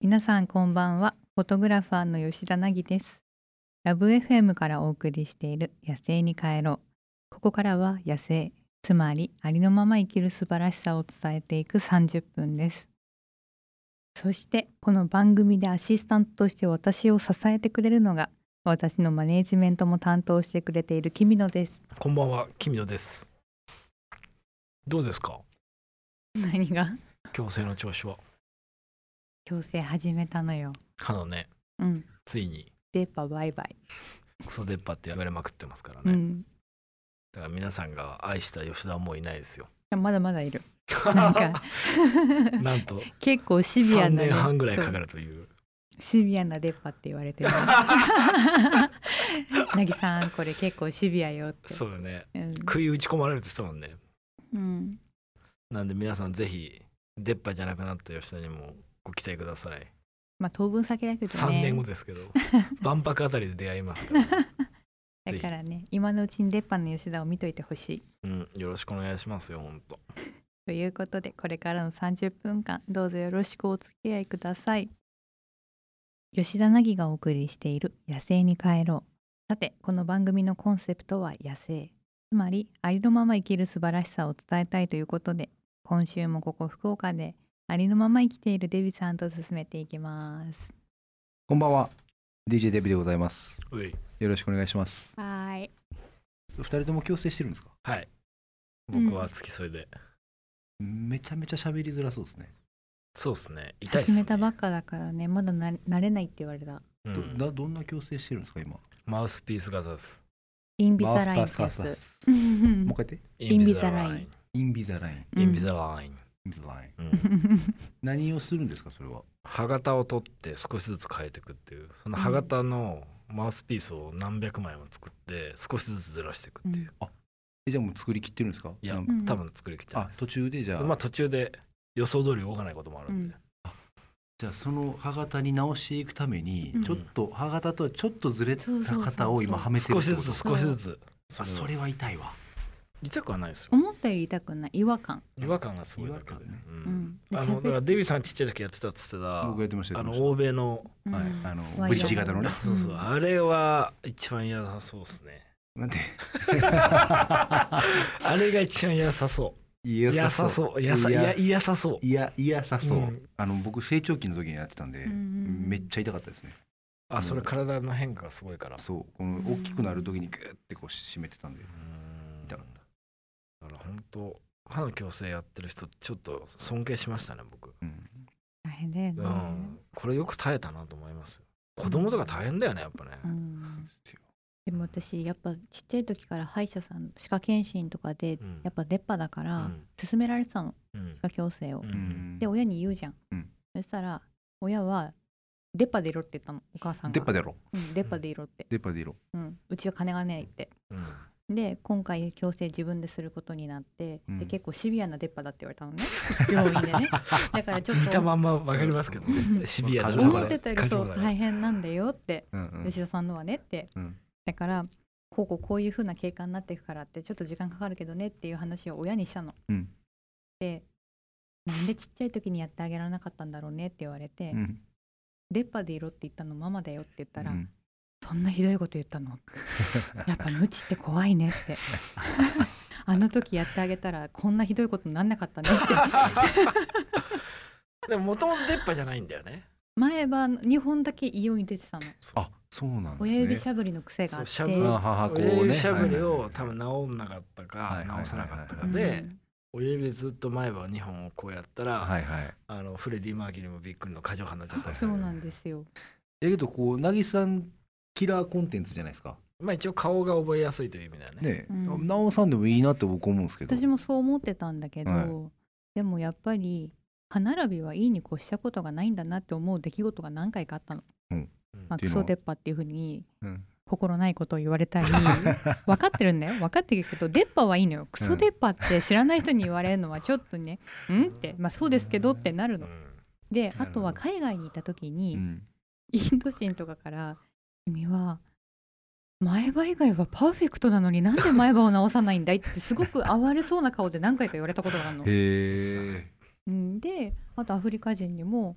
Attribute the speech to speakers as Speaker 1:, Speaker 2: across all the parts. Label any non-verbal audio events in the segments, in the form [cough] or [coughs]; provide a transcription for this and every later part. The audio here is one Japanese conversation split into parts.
Speaker 1: 皆さんこんばんはフォトグラファーの吉田凪ですラブ FM からお送りしている野生に帰ろうここからは野生つまりありのまま生きる素晴らしさを伝えていく30分ですそしてこの番組でアシスタントとして私を支えてくれるのが私のマネージメントも担当してくれている君野です
Speaker 2: こんばんは、キミノです。どうですか
Speaker 1: 何が
Speaker 2: 強制の調子は。
Speaker 1: 矯正始めたのよ
Speaker 2: 歯のね、
Speaker 1: うん
Speaker 2: ついに
Speaker 1: 出っ歯バイバイ、
Speaker 2: クソ出っ張って言われまくってますから
Speaker 1: う
Speaker 2: ね。
Speaker 1: ん
Speaker 2: だから皆さんが愛した吉田はもういないですよ。
Speaker 1: まだまだい [laughs] るなんか
Speaker 2: なん
Speaker 1: [laughs]
Speaker 2: と
Speaker 1: 結構シビア
Speaker 2: 3
Speaker 1: な、
Speaker 2: 年半ぐらいかか
Speaker 1: る
Speaker 2: るという。
Speaker 1: シビアな出っ歯って言われてるなぎさんこれ結構シビアよって
Speaker 2: そうよね。
Speaker 1: うん、
Speaker 2: 食い打ち込まれるって言ってたもんね。
Speaker 1: うん、
Speaker 2: なんで皆さんぜひ、出っ歯じゃなくなった吉田にもご期待ください。
Speaker 1: まあ当分先だけどね
Speaker 2: 3年後で
Speaker 1: [laughs]
Speaker 2: すけど、万博あたりで出会いますから、
Speaker 1: だからね今のうちに出っ歯の吉田を見といてほしい
Speaker 2: うん、よろしくお願いしますよ、ほんと。
Speaker 1: ということでこれからの30分間どうぞよろしくお付き合いください吉田凪がお送りしている「野生に帰ろう」さてこの番組のコンセプトは「野生」つまりありのまま生きる素晴らしさを伝えたいということで今週もここ福岡でありのまま生きているデビさんと進めていきます
Speaker 3: こんばんは DJ デビでございます
Speaker 2: うい。
Speaker 3: よろしくお願いします
Speaker 1: はい
Speaker 3: 二人とも強制してるんですか
Speaker 2: はい。
Speaker 1: うん
Speaker 2: 僕は付き添いで。
Speaker 3: めちゃめちゃ喋りづらそうですね、
Speaker 2: そうですね。痛いっ
Speaker 1: 始
Speaker 2: すね。
Speaker 1: めたばっかだからねまだな慣れないって言われた
Speaker 2: うん
Speaker 3: どだどんな強制してるんですか今
Speaker 2: マウスピース型です。
Speaker 1: インビザライン
Speaker 3: バ
Speaker 1: で
Speaker 3: ースパスパ
Speaker 1: すう
Speaker 3: ス
Speaker 1: ん [laughs]
Speaker 3: もう一回言って
Speaker 1: インビザライン
Speaker 3: インビザラインイ
Speaker 2: インビザライン。
Speaker 3: ンビザライン
Speaker 2: うん
Speaker 3: 何をするんですかそれは
Speaker 2: 歯型を取って少しずつ変えていくっていう、その歯型のマウスピースを何百枚も作って、少しずつずらしていくっていう。
Speaker 3: えじゃあもう作り切ってるんですか
Speaker 2: いや
Speaker 3: なん
Speaker 1: うん
Speaker 2: 多分作りきちゃ
Speaker 3: あ途中でじゃあ、
Speaker 2: まあ途中で予想通り動かないこともあるんで。
Speaker 3: じゃあその歯型に直していくために、
Speaker 1: うん
Speaker 3: ちょっと歯型とはちょっとずれた
Speaker 1: そうそうそうそう
Speaker 3: 型を今はめてる
Speaker 2: 少
Speaker 3: っ
Speaker 2: してず
Speaker 3: こと
Speaker 2: つ少しずつ。そ
Speaker 3: あそ
Speaker 2: れ
Speaker 3: れは痛いわ
Speaker 2: 痛くはないですよ。
Speaker 1: 思ったより痛くない違和感
Speaker 2: 違和感がすごいだけ
Speaker 3: 違和
Speaker 2: で
Speaker 3: 感ね。
Speaker 2: う
Speaker 1: うんんで
Speaker 2: あ
Speaker 1: 喋っ
Speaker 2: のだからデビさんちっちゃい時やってたっつってた
Speaker 3: 僕やってましたよ
Speaker 2: あ
Speaker 3: や
Speaker 2: の
Speaker 3: ってまし
Speaker 2: 欧米の
Speaker 1: うん
Speaker 3: はいあの
Speaker 1: ワイヤー
Speaker 3: V 字型のね
Speaker 2: そうそう、
Speaker 1: うん
Speaker 2: あれは一番嫌だそうですね。
Speaker 3: たなんで [laughs]
Speaker 2: あれが一番嫌さそ。
Speaker 3: いう
Speaker 2: 嫌さそう。嫌さ、いや、嫌さそう。
Speaker 3: いやいやさそう、
Speaker 2: うん
Speaker 3: あの僕成長期の時にやってたんで、
Speaker 1: うんうんうん
Speaker 3: めっちゃ痛かったですね
Speaker 2: あ、それ体の変化がすごいから。
Speaker 3: そうこの大きくなる時にグーってこう締めてたんで
Speaker 2: うん
Speaker 3: 痛かっ
Speaker 2: だから本当歯の矯正やってる人ちょっと尊敬しましたね僕。
Speaker 3: うん
Speaker 1: 大変だよ
Speaker 2: う
Speaker 1: ね、
Speaker 2: ん。これよく耐えたなと思いますよ。子供とか大変だよねやっぱね。
Speaker 1: うん
Speaker 3: ですよ
Speaker 1: でも私やっぱちっちゃい時から歯医者さん歯科検診とかで
Speaker 2: うん
Speaker 1: やっぱ出っ歯だか
Speaker 2: う
Speaker 1: ら
Speaker 2: ん
Speaker 1: 勧められてたの
Speaker 2: うん
Speaker 1: 歯科矯正を、
Speaker 2: う
Speaker 3: うんん
Speaker 1: で親に言うじゃん、
Speaker 3: うん
Speaker 1: そしたら親は出っ歯でいろって言ったのお母さんが
Speaker 3: 出っ歯でやろう
Speaker 1: うん出っ歯でいろって、
Speaker 3: 出っ歯でやろ
Speaker 1: うん、うちは金がないって
Speaker 2: うん
Speaker 1: で今回矯正自分ですることになって、
Speaker 3: うん
Speaker 1: で結構シビアな出っ歯だって言われた
Speaker 3: [laughs]
Speaker 1: のね病院でねだからちょっ
Speaker 2: 見た
Speaker 1: と
Speaker 2: まんまわかりますけど
Speaker 1: う
Speaker 2: ね。
Speaker 1: ん
Speaker 2: シビアだな
Speaker 1: 思ってたよりそ
Speaker 2: 感
Speaker 1: う
Speaker 2: じもない
Speaker 1: 大変なんだよって
Speaker 3: う、うんうん
Speaker 1: 吉田さんのはねって、
Speaker 3: うん
Speaker 1: だからこうこうこういう風な経過になっていくからってちょっと時間かかるけどねっていう話を親にしたの。
Speaker 3: うん
Speaker 1: でなんでちっちゃい時にやってあげられなかったんだろうねって言われて「
Speaker 3: うん
Speaker 1: 出っ歯でいろ」って言ったのママだよって言ったら「
Speaker 3: うん
Speaker 1: そんなひどいこと言ったの? 」やっぱ無知って怖いね」って「あの時やってあげたらこんなひどいことになんなかったね」って
Speaker 2: でももともと出っ歯じゃないんだよね。
Speaker 1: 前は2本だけ異様に出てたの
Speaker 3: あそうなんですね
Speaker 1: 親指しゃぶりの癖があって
Speaker 2: そうしゃぶ
Speaker 3: あ母こう
Speaker 2: 親指
Speaker 3: ね
Speaker 2: しゃぶりを
Speaker 3: はい
Speaker 2: 多分治んなかった
Speaker 3: は
Speaker 2: か
Speaker 3: いはいはいはい
Speaker 2: 治さなかったか
Speaker 1: うん
Speaker 2: で親指ずっと前歯2本をこうやったら、
Speaker 3: はいはい
Speaker 2: あのフレディ・マーキュリーもびっくりの過剰派になっちゃったり
Speaker 1: そうなんですよ。
Speaker 3: えけどこうなぎさんキラーコンテンツじゃないですか
Speaker 2: まあ一応顔が覚えやすいという意味だよね
Speaker 3: ね、
Speaker 1: うん
Speaker 3: 直さんでもいいなって僕思うんですけど
Speaker 1: 私もそう思ってたんだけど、
Speaker 3: はい
Speaker 1: でもやっぱり歯並びはいいに越したことがないんだなって思う出来事が何回かあったの。
Speaker 2: うん
Speaker 1: まあ、
Speaker 3: ってい
Speaker 1: ク
Speaker 3: う
Speaker 1: ソ
Speaker 3: のは
Speaker 1: 出っ歯っていうふうに
Speaker 3: うん
Speaker 1: 心ないことを言われた
Speaker 3: [laughs]
Speaker 1: り分かってるんだよ分かってるけど出っ歯はいいのよクソ出っ歯って知らない人に言われるのはちょっとね「ん?」って「まあ、そうですけど」ってなる
Speaker 2: う
Speaker 1: の。
Speaker 2: ん
Speaker 1: で
Speaker 2: ほど
Speaker 1: あとは海外にいた時
Speaker 3: う
Speaker 1: に、
Speaker 3: ん
Speaker 1: インド人とかから「君は前歯以外はパーフェクトなのになんで前歯を直さないんだい?」ってすごく哀れそうな顔で何回か言われたことがあるの。
Speaker 3: へえ
Speaker 1: うんであとアフリカ人にも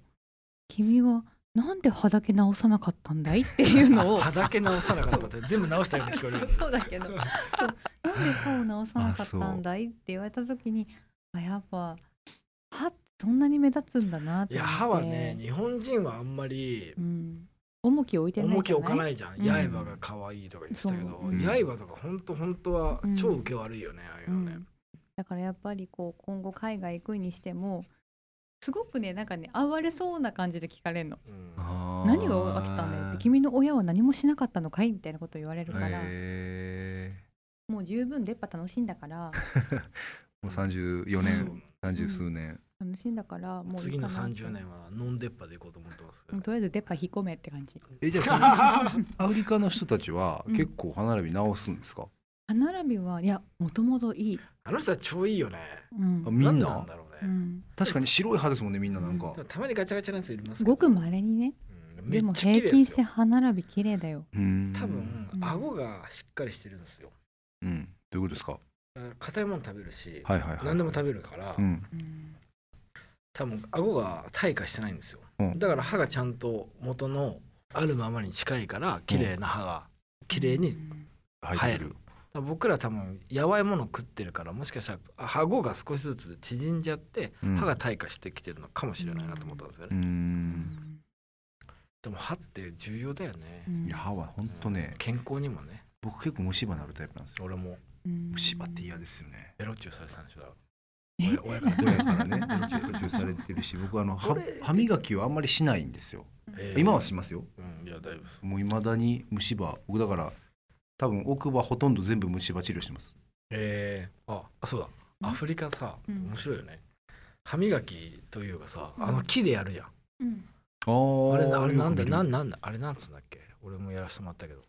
Speaker 1: 君はなんで歯だけ直さなかったんだいっていう
Speaker 2: [laughs]
Speaker 1: のを
Speaker 2: 歯だけ直さなかったって全部直したように聞こえるんで
Speaker 1: [laughs]
Speaker 2: す
Speaker 1: そうだけどそうなんで歯を直さなかったんだいって言われた時にあやっぱ歯ってそんなに目立つんだなって思って
Speaker 2: いや歯はね、日本人はあんまり
Speaker 1: うん、重きを置いてないじゃない
Speaker 2: 重きを置かないじゃん、
Speaker 1: うん
Speaker 2: 刃が可愛いとか言ってたけど、
Speaker 1: そううん
Speaker 2: 刃とか本当本当は超受け悪いよね、ああいう
Speaker 1: う
Speaker 2: のね、
Speaker 1: ん、だからやっぱりこう今後海外行くにしてもすごくねなんかね哀れそうな感じで聞かれるの
Speaker 2: うん
Speaker 1: 何が起きたんだよって君の親は何もしなかったのかいみたいなこと言われるから、
Speaker 3: え
Speaker 1: もう十分出っ歯楽しいんだから
Speaker 2: [laughs]
Speaker 3: ー、もう34
Speaker 2: そう
Speaker 3: 年三十数年、
Speaker 1: 楽しいんだからもういい
Speaker 2: 次
Speaker 1: かな
Speaker 2: の30年はノン出っ歯でいこうと思ってます、
Speaker 1: もうとりあえず出っ歯引っ込めって感じ
Speaker 2: [laughs]
Speaker 3: えじゃあアフリカの人たちは
Speaker 1: うん
Speaker 3: 結構歯並び直すんですか、
Speaker 1: 歯並びはいやもともといい、
Speaker 2: あの人は超いいよね
Speaker 1: うん
Speaker 3: あみんな
Speaker 2: でなんだろう
Speaker 1: う
Speaker 2: ね、
Speaker 1: ん、
Speaker 3: 確かに白い歯ですもんねみんななんか、
Speaker 2: ただまにガチャガチャなやついますけど
Speaker 1: ごくまれにね
Speaker 2: うんめ
Speaker 1: で
Speaker 2: っ
Speaker 1: も
Speaker 2: ちゃ綺
Speaker 1: 平
Speaker 2: 麗
Speaker 1: 均
Speaker 2: で
Speaker 1: し
Speaker 2: す
Speaker 1: て
Speaker 2: よ
Speaker 1: 歯並び綺麗だよ
Speaker 3: うん
Speaker 2: 多分、
Speaker 1: うん
Speaker 2: 顎がしっかりしてるんですよ
Speaker 3: うんどういうことですか
Speaker 2: だから硬いもの食べるし、
Speaker 3: はいはいはい
Speaker 2: 何でも食べるから、
Speaker 3: うん
Speaker 1: うん
Speaker 2: 多分顎が退化してないんですよ、
Speaker 3: うん
Speaker 2: だから歯がちゃんと元のあるままに近いから綺麗な歯が綺麗に、だ生えるから僕ら多分やわいもの食ってるからもしかしたらあ顎が少しずつ縮んじゃって
Speaker 3: うん
Speaker 2: 歯が退化してきてるのかもしれないなと思ったんですよね、
Speaker 3: う
Speaker 1: うんん
Speaker 2: でも歯って重要だよね
Speaker 1: う、ん
Speaker 3: いや歯は本当ね
Speaker 2: 健康にもね
Speaker 3: 僕結構虫歯なるタイプなんですよ
Speaker 2: 俺も
Speaker 1: うん
Speaker 3: 虫歯って嫌ですよね
Speaker 2: ベロチューされてたんでしょだか
Speaker 1: え
Speaker 2: ら親親から
Speaker 3: 親から
Speaker 2: [laughs]
Speaker 3: ね
Speaker 2: ベロチューされて
Speaker 3: 途中
Speaker 2: た
Speaker 3: されてるし僕あの歯歯磨きをあんまりしないんですよ
Speaker 2: えー
Speaker 3: 今はしますよ
Speaker 2: うんいやだいぶす
Speaker 3: もういまだに虫歯僕だから多分奥歯ほとんど全部虫歯治療してます
Speaker 2: えー、ああそうだアフリカさ、
Speaker 1: うん
Speaker 2: 面白いよね歯磨きというかさあの木でやるじゃん、
Speaker 1: うん
Speaker 3: ああ
Speaker 2: あれあれなんだなん
Speaker 3: だ
Speaker 2: なんだあれなんつうんだっけ俺もやらせてもらったけど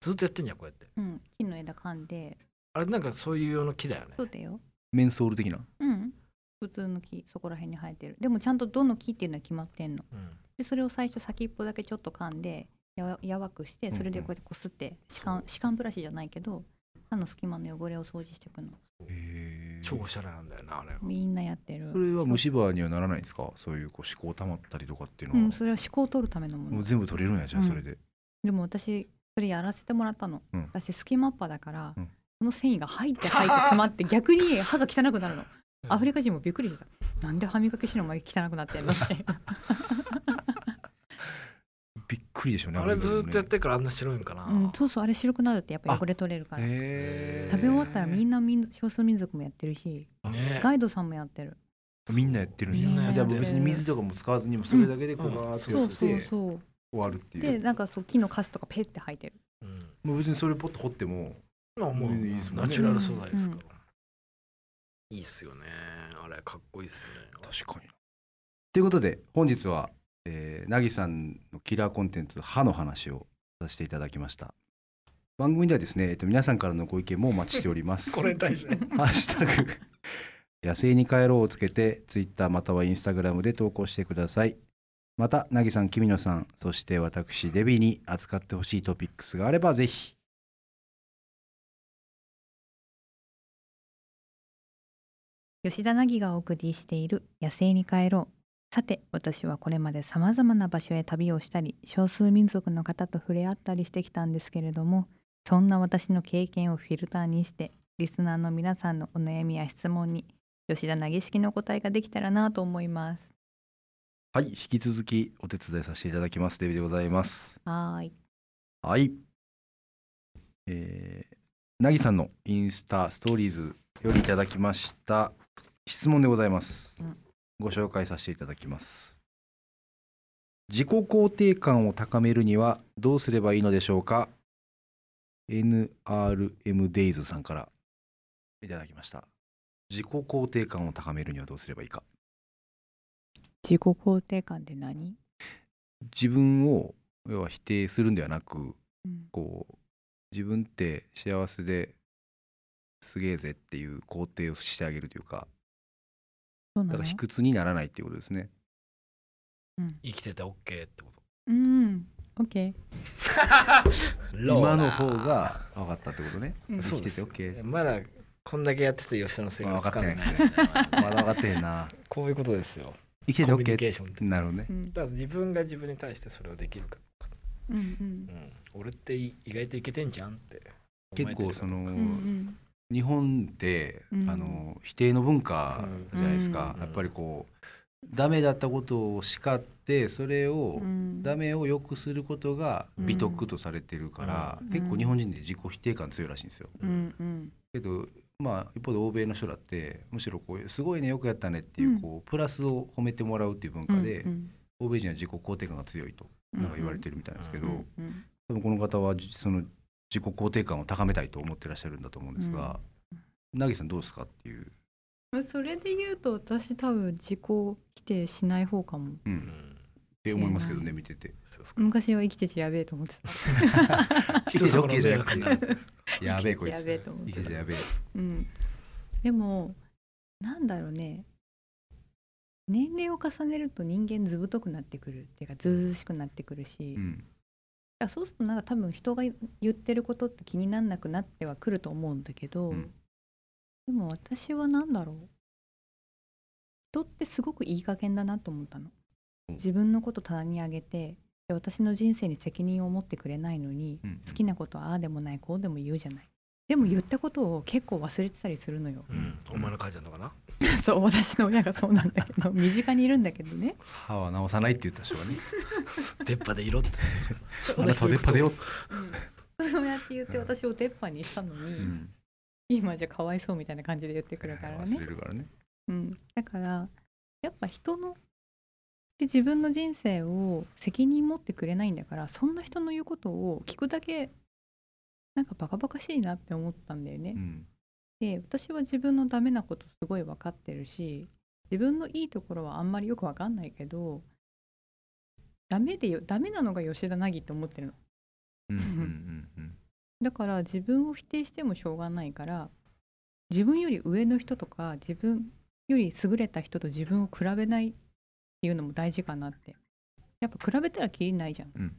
Speaker 2: ずっとやってんじゃんこうやって
Speaker 1: うん、木の枝噛んで
Speaker 2: あれなんかそういう用の木だよね
Speaker 1: そうだよ
Speaker 3: メンソール的な
Speaker 1: うん普通の木そこら辺に生えてるでもちゃんとどの木っていうのは決まってんの
Speaker 2: うん
Speaker 1: でそれを最初先っぽだけちょっと噛んでやわやわくしてそれでこうやってこすって歯間歯間ブラシじゃないけど歯の隙間の汚れを掃除していくの
Speaker 2: 超おしゃれなんだよなあれ
Speaker 1: みんなやってる
Speaker 3: それは虫歯にはならないんですかそういうこう思考溜まったりとかっていう
Speaker 1: う
Speaker 3: の
Speaker 1: ん
Speaker 3: は、
Speaker 1: それは歯垢を取るためのも
Speaker 3: も
Speaker 1: の
Speaker 3: う全部取れるんやじゃあそれで、
Speaker 1: でも私それやらせてもらったの、
Speaker 3: うん
Speaker 1: 私隙間っぱだから、
Speaker 3: うん
Speaker 1: この繊維が入って入って詰まって逆に歯が汚くなるのアフリ
Speaker 2: カ
Speaker 1: カ人もびっくりしてたなんで歯磨きしのまで汚くなってんのって
Speaker 3: びっくりでしょうね
Speaker 2: あれずっとやっ
Speaker 3: へ
Speaker 2: てからあんな白いんかな、
Speaker 1: うん、そうそうあれ白くなるってやっぱ
Speaker 3: あ
Speaker 1: 汚れ取れるから
Speaker 3: え
Speaker 1: 食べ終わったらみ
Speaker 3: なん
Speaker 1: な民少数民族もやってるし
Speaker 2: ね
Speaker 1: ガイドさんもやってる
Speaker 3: みんなやってるんや
Speaker 1: みんなやって
Speaker 3: じゃ
Speaker 1: る
Speaker 3: あ別に水とかも使わずにもそれだけでこう
Speaker 2: うん
Speaker 3: バーって
Speaker 2: そう
Speaker 3: やっ
Speaker 2: そう
Speaker 3: て
Speaker 2: そう
Speaker 3: 終
Speaker 1: そ
Speaker 3: わるって
Speaker 1: う
Speaker 3: いう
Speaker 1: でなんかそう木のカスとかペッて生えてる
Speaker 2: うん
Speaker 3: もう別にそれポッと掘っても
Speaker 2: まあもう
Speaker 3: いいですもん
Speaker 2: ナ
Speaker 3: ね
Speaker 2: チュラル素材ですから、いいっすよねあれかっこいいっすよね
Speaker 3: 確かにということで本日は、えー、なぎさんのキラーコンテンツ歯の話をさせていただきました番組ではですね、えっと、皆さんからのご意見もお待ちしておりま
Speaker 2: [laughs]
Speaker 3: す
Speaker 2: これに対して
Speaker 3: ハッシュタグ野生に帰ろうをつけてツイッターまたはインスタグラムで投稿してくださいまたなぎさんきみのさんそして私デビに扱ってほしいトピックスがあればぜひ
Speaker 1: 吉田凪がお送りしている「野生に帰ろう」さて私はこれまでさまざまな場所へ旅をしたり少数民族の方と触れ合ったりしてきたんですけれどもそんな私の経験をフィルターにしてリスナーの皆さんのお悩みや質問に吉田凪式のお答えができたらなと思います。
Speaker 3: はい引き続きお手伝いさせていただきますデビでございます
Speaker 1: はーい
Speaker 3: はい。えー、なぎさんのインスタストーリーズよりいただきました質問でございます
Speaker 1: うん。
Speaker 3: ご紹介させていただきます。自己肯定感を高めるにはどうすればいいのでしょうか ?NRMDays さんからいただきました。自己肯定感を高めるにはどうすればいいか。
Speaker 1: 自己肯定感って何、
Speaker 3: 自分を要は否定するんではなく、
Speaker 1: うん
Speaker 3: こう自分って幸せですげえぜっていう肯定をしてあげるというか
Speaker 1: そうな
Speaker 3: だ
Speaker 1: の
Speaker 3: から卑屈にならないっていうことですね。
Speaker 2: 生きてて OK ってこと
Speaker 1: うん、オッケー。
Speaker 3: 今の方が分かったってことね。
Speaker 1: うん
Speaker 2: そ
Speaker 3: 生きてて
Speaker 2: うです
Speaker 3: OK
Speaker 2: よまだこんだけやってて吉野のせいがつかんでない
Speaker 3: まだ分かってへんな。
Speaker 2: こういうことですよ
Speaker 3: 生きてて
Speaker 2: コミュニ
Speaker 3: OK
Speaker 2: ケーションって
Speaker 3: なるほどね
Speaker 1: う、ん
Speaker 2: だから自分が自分に対してそれをできるか、
Speaker 1: うんう
Speaker 2: うんん、俺ってい意外といけてんじゃんって思
Speaker 3: 結
Speaker 2: えてる
Speaker 3: 構その、
Speaker 1: うんうん
Speaker 3: 日本って、
Speaker 1: うん
Speaker 3: あの否定の文化じゃないですか、
Speaker 2: うん
Speaker 3: やっぱりこうダメだったことを叱ってそれを、
Speaker 1: うん
Speaker 3: ダメを良くすることが
Speaker 1: うん
Speaker 3: 美徳とされてるから、
Speaker 1: うん
Speaker 3: 結構日本人って自己否定感強いらしいんですよ。
Speaker 1: うんうん
Speaker 3: けどまあ一方で欧米の人だってむしろこう「すごいねよくやったね」っていう,、
Speaker 1: うん
Speaker 3: こうプラスを褒めてもらうっていう文化で、
Speaker 1: うん
Speaker 3: 欧米人は自己肯定感が強いと
Speaker 1: うん
Speaker 3: なんか言われてるみたいなんですけど、
Speaker 1: うんうん
Speaker 3: 多分この方はじその自己肯定感を高めたいと思ってらっしゃるんだと思うんですが、なぎさんどうですかっていう。
Speaker 1: まあそれで言うと私多分自己否定しない方かも
Speaker 3: うん
Speaker 2: うん
Speaker 3: って思いますけどね見てて
Speaker 2: そう
Speaker 3: [laughs]
Speaker 2: ですか
Speaker 1: 昔は生きてちやべえと思ってた
Speaker 2: 人様の迷
Speaker 3: な
Speaker 2: [laughs] 惑になる
Speaker 3: やべえこいつ
Speaker 1: やべえと思っ
Speaker 3: 生
Speaker 1: て
Speaker 3: き
Speaker 1: た
Speaker 3: てやべえ
Speaker 1: うん、でもなんだろうね年齢を重ねると人間ずぶとくなってくるっていうかずうずうしくなってくるし、い
Speaker 3: うん
Speaker 1: やそうするとなんか多分人が言ってることって気になんなくなってはくると思うんだけど、
Speaker 3: うん
Speaker 1: でも私はなんだろう人ってすごくいい加減だなと思ったの
Speaker 3: うん
Speaker 1: 自分のこと棚にあげてで私の人生に責任を持ってくれないのに、
Speaker 3: うん
Speaker 1: 好きなことはああでもないこうでも言うじゃないでも言ったことを結構忘れてたりするの
Speaker 3: [laughs]
Speaker 1: よ
Speaker 2: うんお前の母ちゃんのかな
Speaker 1: そう私の親がそうなんだけど身近にいるんだけどね
Speaker 3: 歯は直さないって言った人がね
Speaker 2: 出っ歯でいろ
Speaker 3: [laughs]
Speaker 2: って
Speaker 3: 「あなた出っ歯でよ」
Speaker 1: [laughs] そうやって言って私を出っ歯にしたのに、
Speaker 3: うん
Speaker 1: 今じゃかわいそうみたいな感じで言ってくるから
Speaker 3: 忘れ
Speaker 1: ね、
Speaker 3: るからね
Speaker 1: うん、だからやっぱ人ので自分の人生を責任持ってくれないんだからそんな人の言うことを聞くだけなんかバカバカしいなって思ったんだよね
Speaker 3: う。ん
Speaker 1: で私は自分のダメなことすごい分かってるし自分のいいところはあんまりよく分かんないけどダメでよダメなのが吉田凪って思ってるの
Speaker 3: うんうんうん
Speaker 1: だから自分を否定してもしょうがないから自分より上の人とか自分より優れた人と自分を比べないっていうのも大事かなってやっぱ比べたらきりないじゃん、
Speaker 3: うん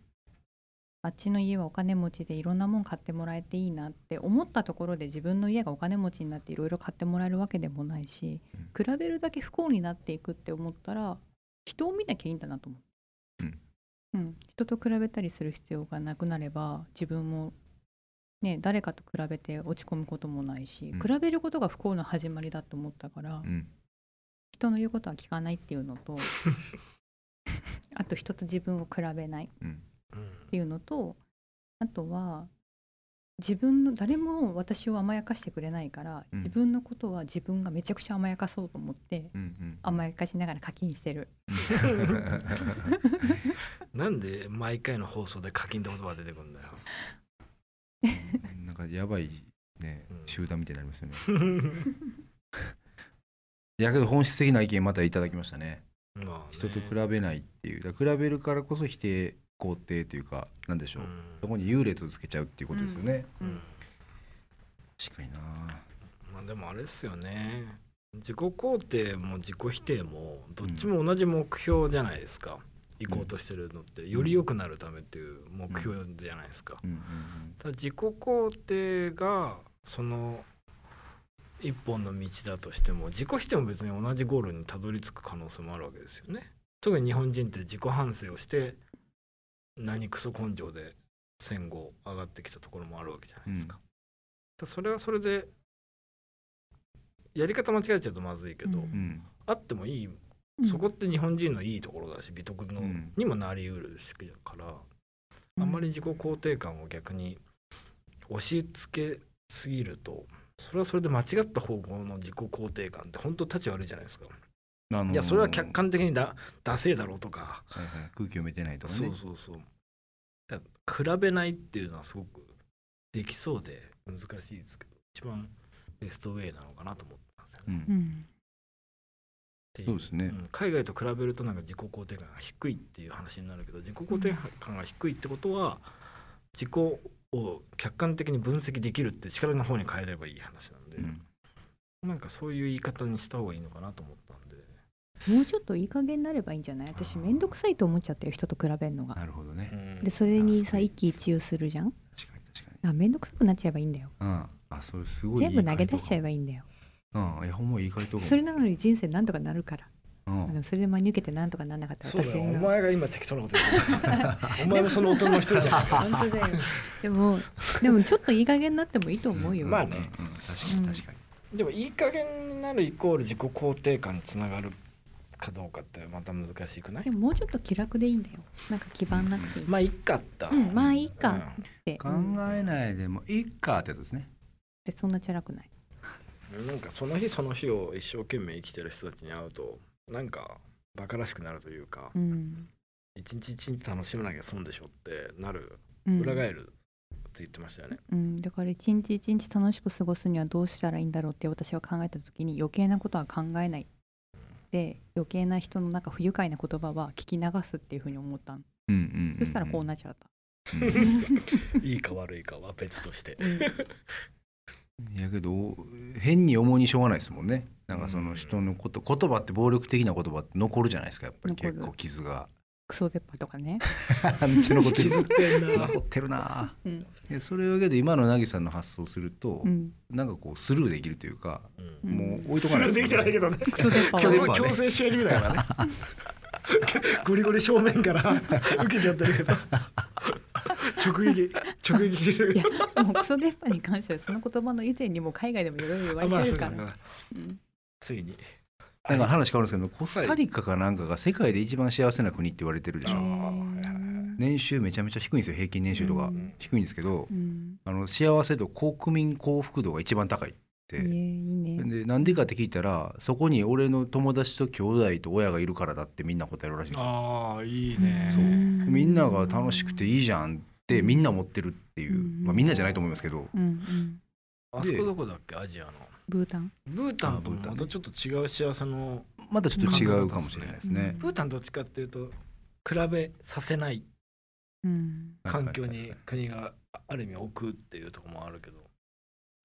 Speaker 1: あっちの家はお金持ちでいろんなもん買ってもらえていいなって思ったところで自分の家がお金持ちになっていろいろ買ってもらえるわけでもないし比べるだけ不幸になっていくって思ったら人を見なきゃいいんだなと思う、
Speaker 3: うん
Speaker 1: うん、人と比べたりする必要がなくなれば自分もね、誰かと比べて落ち込むこともないし、
Speaker 3: うん
Speaker 1: 比べることが不幸の始まりだと思ったから、
Speaker 3: うんうん
Speaker 1: 人の言うことは聞かないっていうのとあと人と自分を比べないっ
Speaker 3: うん
Speaker 1: ていうのとあとは自分の誰も私を甘やかしてくれないから、
Speaker 3: うん
Speaker 1: 自分のことは自分がめちゃくちゃ甘やかそうと思って
Speaker 3: うん
Speaker 1: 甘やかしながら課金してる
Speaker 2: なんで毎回の放送で課金って言葉が出てくるんだ
Speaker 3: [laughs]
Speaker 2: よ
Speaker 3: うんなんかやばいね
Speaker 2: うん
Speaker 3: 集団みたいになりますよねいやけど本質的な意見またいただきましたね
Speaker 2: まあね
Speaker 3: 人と比べないっていうだから比べるからこそ否定肯定というかなんでしょうそこに優劣をつけちゃうっていうことですよね
Speaker 2: うんうん
Speaker 3: 確かにな
Speaker 2: まあでもあれですよね自己肯定も自己否定もどっちも同じ目標じゃないですか、行こうとしてるのってより良くなるためっていう目標じゃないですか、
Speaker 3: うんうん
Speaker 2: ただ自己肯定がその一本の道だとしても自己否定も別に同じゴールにたどり着く可能性もあるわけですよね特に日本人って自己反省をして何クソ根性で戦後上がってきたところもあるわけじゃないですか、ただそれはそれでやり方間違えちゃうとまずいけど、
Speaker 1: うん
Speaker 3: うん
Speaker 2: あってもいいそこって日本人のいいところだし美徳の
Speaker 3: うん
Speaker 2: にもなりうるしから、あんまり自己肯定感を逆に押し付けすぎるとそれはそれで間違った方向の自己肯定感って本当立ち悪いじゃないですか、
Speaker 3: あのー
Speaker 2: いやそれは客観的にだダセえだろうとか、
Speaker 3: はいはい空気読めてないとかね
Speaker 2: そうそうそうだから比べないっていうのはすごくできそうで難しいですけど一番ベストウェイなのかなと思ったんですよね
Speaker 3: うん
Speaker 1: うん
Speaker 2: ってい
Speaker 3: そうですね
Speaker 2: うん海外と比べるとなんか自己肯定感が低いっていう話になるけど自己肯定感が低いってことは自己を客観的に分析できるって力の方に変えればいい話なんで、
Speaker 3: うん
Speaker 2: なんかそういう言い方にした方がいいのかなと思ったんで
Speaker 1: もうちょっといい加減になればいいんじゃない私めんどくさいと思っちゃってる人と比べるのが
Speaker 3: なるほどね
Speaker 1: でそれに
Speaker 3: あそう
Speaker 1: さ一喜一憂するじゃん
Speaker 3: 確かに確かに
Speaker 1: あ面倒くさくなっちゃえばいいんだよ
Speaker 3: うんあそれすごい
Speaker 1: 全部投げ出しちゃえば
Speaker 3: いい
Speaker 1: いいんだよ
Speaker 3: 回答かもうんいやほんまいい回答かも
Speaker 1: それなのに人生なんとかなるから
Speaker 3: うん
Speaker 1: でもそれで真に受けてなんとかなんなかった
Speaker 2: そうだよお
Speaker 1: の
Speaker 2: 前が今適当なこと言って [laughs] るお前もその大人の一人じゃないか
Speaker 1: 本当だよでもでもちょっといい加減になってもいいと思うよ、
Speaker 2: まあね
Speaker 3: うんうん確かに確かに、
Speaker 2: [laughs] でもいい加減になるイコール自己肯定感につながるかどうかってまた難しくない
Speaker 1: でももうちょっと気楽でいいんだよなんか基盤なくていい、
Speaker 2: まあいっかった、
Speaker 1: うんまあいいかって、うん
Speaker 3: 考えないでもいいかってやつですね
Speaker 1: でそんなチャラくない
Speaker 2: うんなんかその日その日を一生懸命生きてる人たちに会うとなんかバカらしくなるというか、
Speaker 1: うん、
Speaker 2: 一日一日楽しむなきゃ損でしょってなる
Speaker 1: うん、
Speaker 2: 裏返るって言ってましたよね、
Speaker 1: うん、だから一日一日楽しく過ごすにはどうしたらいいんだろうって私は考えた時に余計なことは考えないで余計な人のなんか不愉快な言葉は聞き流すっていうふうに思ったの
Speaker 3: うんうんうんうん
Speaker 1: そしたらこうなっちゃった、
Speaker 2: いいか悪いかは別として
Speaker 1: うん
Speaker 3: いやけど変に重荷しょうがないですもんねなんかその人のこと言葉って暴力的な言葉って残るじゃないですかやっぱり
Speaker 1: 残る
Speaker 3: 結構傷が [laughs]
Speaker 1: クソ出っ歯とかね、
Speaker 3: なんていうのこと言
Speaker 2: 傷
Speaker 3: う
Speaker 2: ってんな
Speaker 3: [laughs] 残ってるな
Speaker 1: うん
Speaker 3: ぁいやそれをけど今の凪さんの発想すると、
Speaker 1: [laughs] うん
Speaker 3: なんかこうスルーできるというか、
Speaker 1: うん
Speaker 3: もう置いと
Speaker 2: ス
Speaker 3: かな
Speaker 2: ル
Speaker 3: い
Speaker 2: ーできてないけどね
Speaker 1: クソ出っ歯
Speaker 3: そ
Speaker 1: は
Speaker 2: 強
Speaker 3: う
Speaker 1: ね
Speaker 3: ね
Speaker 2: 強制し始めたからね
Speaker 1: [laughs]
Speaker 2: ゴリゴリ正面から受けちゃってるけど直撃直撃して
Speaker 1: いや
Speaker 2: る
Speaker 1: もうクソ出っ歯に関してはその言葉の以前にもう海外でもいろいろ言われてるから、
Speaker 2: あまあ
Speaker 1: うん
Speaker 2: ついに
Speaker 3: なんか話変わるんですけどコスタリカかなんかが世界で一番幸せな国って言われてるでし
Speaker 2: あ
Speaker 3: ょ、
Speaker 2: ーはいはい
Speaker 1: ね
Speaker 3: 年収めちゃめちゃ低いんですよ平均年収とか、
Speaker 1: うん
Speaker 3: 低いんですけど
Speaker 1: うん
Speaker 3: あの幸せ度国民幸福度が一番高いっ
Speaker 1: い
Speaker 3: て、
Speaker 1: えいいね
Speaker 3: でなんでかって聞いたらそこに俺の友達と兄弟と親がいるからだってみんな答えるらしいんですよ
Speaker 2: あーいい
Speaker 1: そうん
Speaker 2: ね
Speaker 3: みんなが楽しくていいじゃんってみんな思ってるっていう、
Speaker 1: うん
Speaker 3: まあ、みんなじゃないと思いますけど
Speaker 1: うんうん
Speaker 2: あそこどこだっけアジアの
Speaker 1: ブータン
Speaker 2: ブータンと
Speaker 3: あブータ
Speaker 2: ま
Speaker 3: ンね
Speaker 2: たちょっと違う幸せの
Speaker 3: まだちょっと違うかもしれないですね。
Speaker 2: ブータンどっちかっていうと比べさせない
Speaker 1: うん
Speaker 2: 環境に国がある意味置くっていうところもあるけど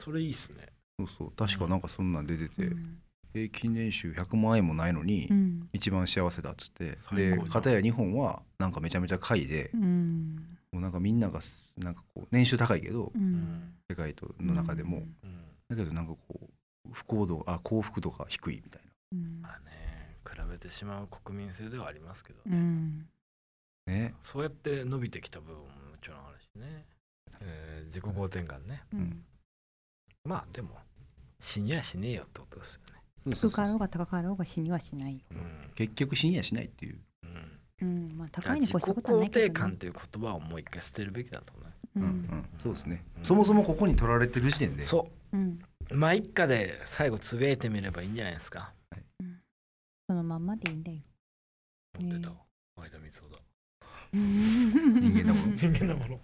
Speaker 2: それいいっすね
Speaker 3: そうそう確かなんかそんなん出て
Speaker 1: う
Speaker 3: て、
Speaker 1: ん
Speaker 3: 平均年収100万円もないのに、
Speaker 1: うん
Speaker 3: 一番幸せだっつって
Speaker 2: 最高じ
Speaker 3: で
Speaker 2: ゃん
Speaker 3: 片や日本はなんかめちゃめちゃ下位で、
Speaker 1: うん
Speaker 3: もうなんかみんながすなんかこう年収高いけど、
Speaker 1: う
Speaker 2: うんん
Speaker 3: 世界との中でも、
Speaker 2: うん
Speaker 3: だけどなんかこう不幸度あ幸福度が低いみたい
Speaker 1: うん
Speaker 2: まあね比べてしまう国民性ではありますけど
Speaker 1: う
Speaker 2: ね、
Speaker 1: ん
Speaker 3: なね
Speaker 2: そうやって伸びてきた部分ももちろんあるしね、えー自己肯定感ね
Speaker 1: うん
Speaker 2: まあでも死にやしねえよってことですよね
Speaker 3: そうそ
Speaker 1: 低
Speaker 3: うそう
Speaker 1: かろうが高かろうが死にはしないよ、
Speaker 3: 結局深夜しないっていう
Speaker 2: うんうん
Speaker 1: うんまあ、
Speaker 2: だ
Speaker 1: 高
Speaker 2: から
Speaker 1: いに
Speaker 2: 自己
Speaker 1: 越したことはな
Speaker 2: 肯
Speaker 1: いけ
Speaker 2: 定
Speaker 1: ど、
Speaker 2: 感っ
Speaker 1: ね
Speaker 2: ていう言葉をもう一回捨てるべきだと思うね
Speaker 1: う
Speaker 3: うん
Speaker 1: ん
Speaker 3: うんそうですね、
Speaker 2: うん
Speaker 3: そもそもここに取られてる時点で
Speaker 2: そ
Speaker 1: うん、
Speaker 2: うまあ一家で最後つぶやいてみればいいんじゃないですか
Speaker 1: そのまんまでいいんだよ
Speaker 2: 持ってた
Speaker 1: ね
Speaker 2: わ相田光雄だ
Speaker 1: 人
Speaker 3: 間だもん
Speaker 2: 人間だもの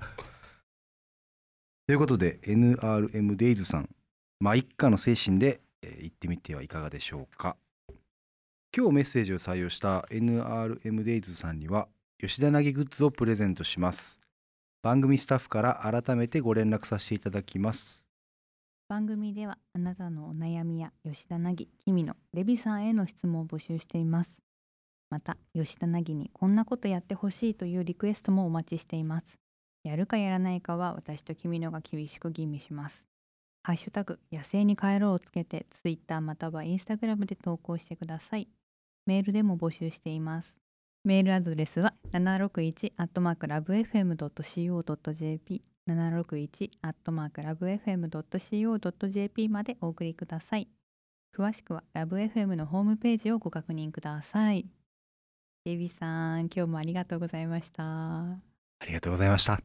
Speaker 3: ということで NRM デイズさん「まあ一家の精神で」えー行ってみてはいかがでしょうか今日メッセージを採用した NRM デイズさんには吉田凪グッズをプレゼントします番組スタッフから改めてご連絡させていただきます
Speaker 1: 番組ではあなたのお悩みや吉田凪、君のデビさんへの質問を募集していますまた吉田凪にこんなことやってほしいというリクエストもお待ちしていますやるかやらないかは私と君のが厳しく吟味しますハッシュタグ野生に帰ろうをつけてツイッターまたはインスタグラムで投稿してくださいメールでも募集していますメールアドレスは 761-lovefm.co.jp 761-lovefm.co.jp までお送りください。詳しくはラブ f m のホームページをご確認ください。デビさん、今日もありがとうございました。
Speaker 3: ありがとうございました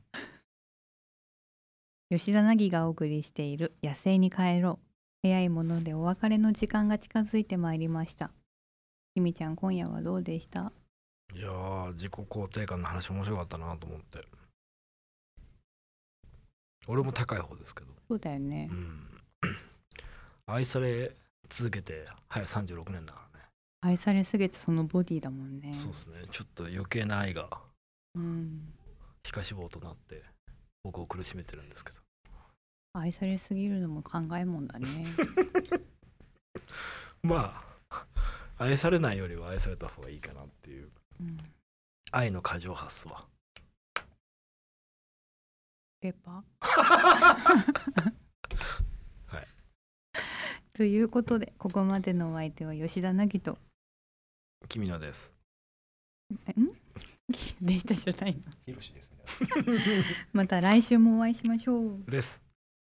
Speaker 1: 吉田凪がお送りしている「野生に帰ろう」早いものでお別れの時間が近づいてまいりました。ゆみちゃん、今夜はどうでした
Speaker 2: [laughs] いやー自己肯定感の話面白かったなと思って俺も高い方ですけど
Speaker 1: そうだよね
Speaker 2: う。ん [coughs] 愛され続けて早36年だからね、
Speaker 1: 愛されすぎてそのボディだもんね。
Speaker 2: そうですねちょっと余計な愛が
Speaker 1: うん。
Speaker 2: 皮下脂肪となって僕を苦しめてるんですけど
Speaker 1: 愛されすぎるのも考えもん [laughs] だね。
Speaker 2: まあ [laughs] 愛されないよりは愛された方がいいかなっていう
Speaker 1: うん、
Speaker 2: 愛の過剰発想は
Speaker 1: ペーパー
Speaker 2: はい
Speaker 1: ということでここまでのお相手は吉田凪と
Speaker 2: 君のです。
Speaker 1: えんでした初対面
Speaker 3: 広しですね。
Speaker 1: また来週もお会いしましょう
Speaker 2: です。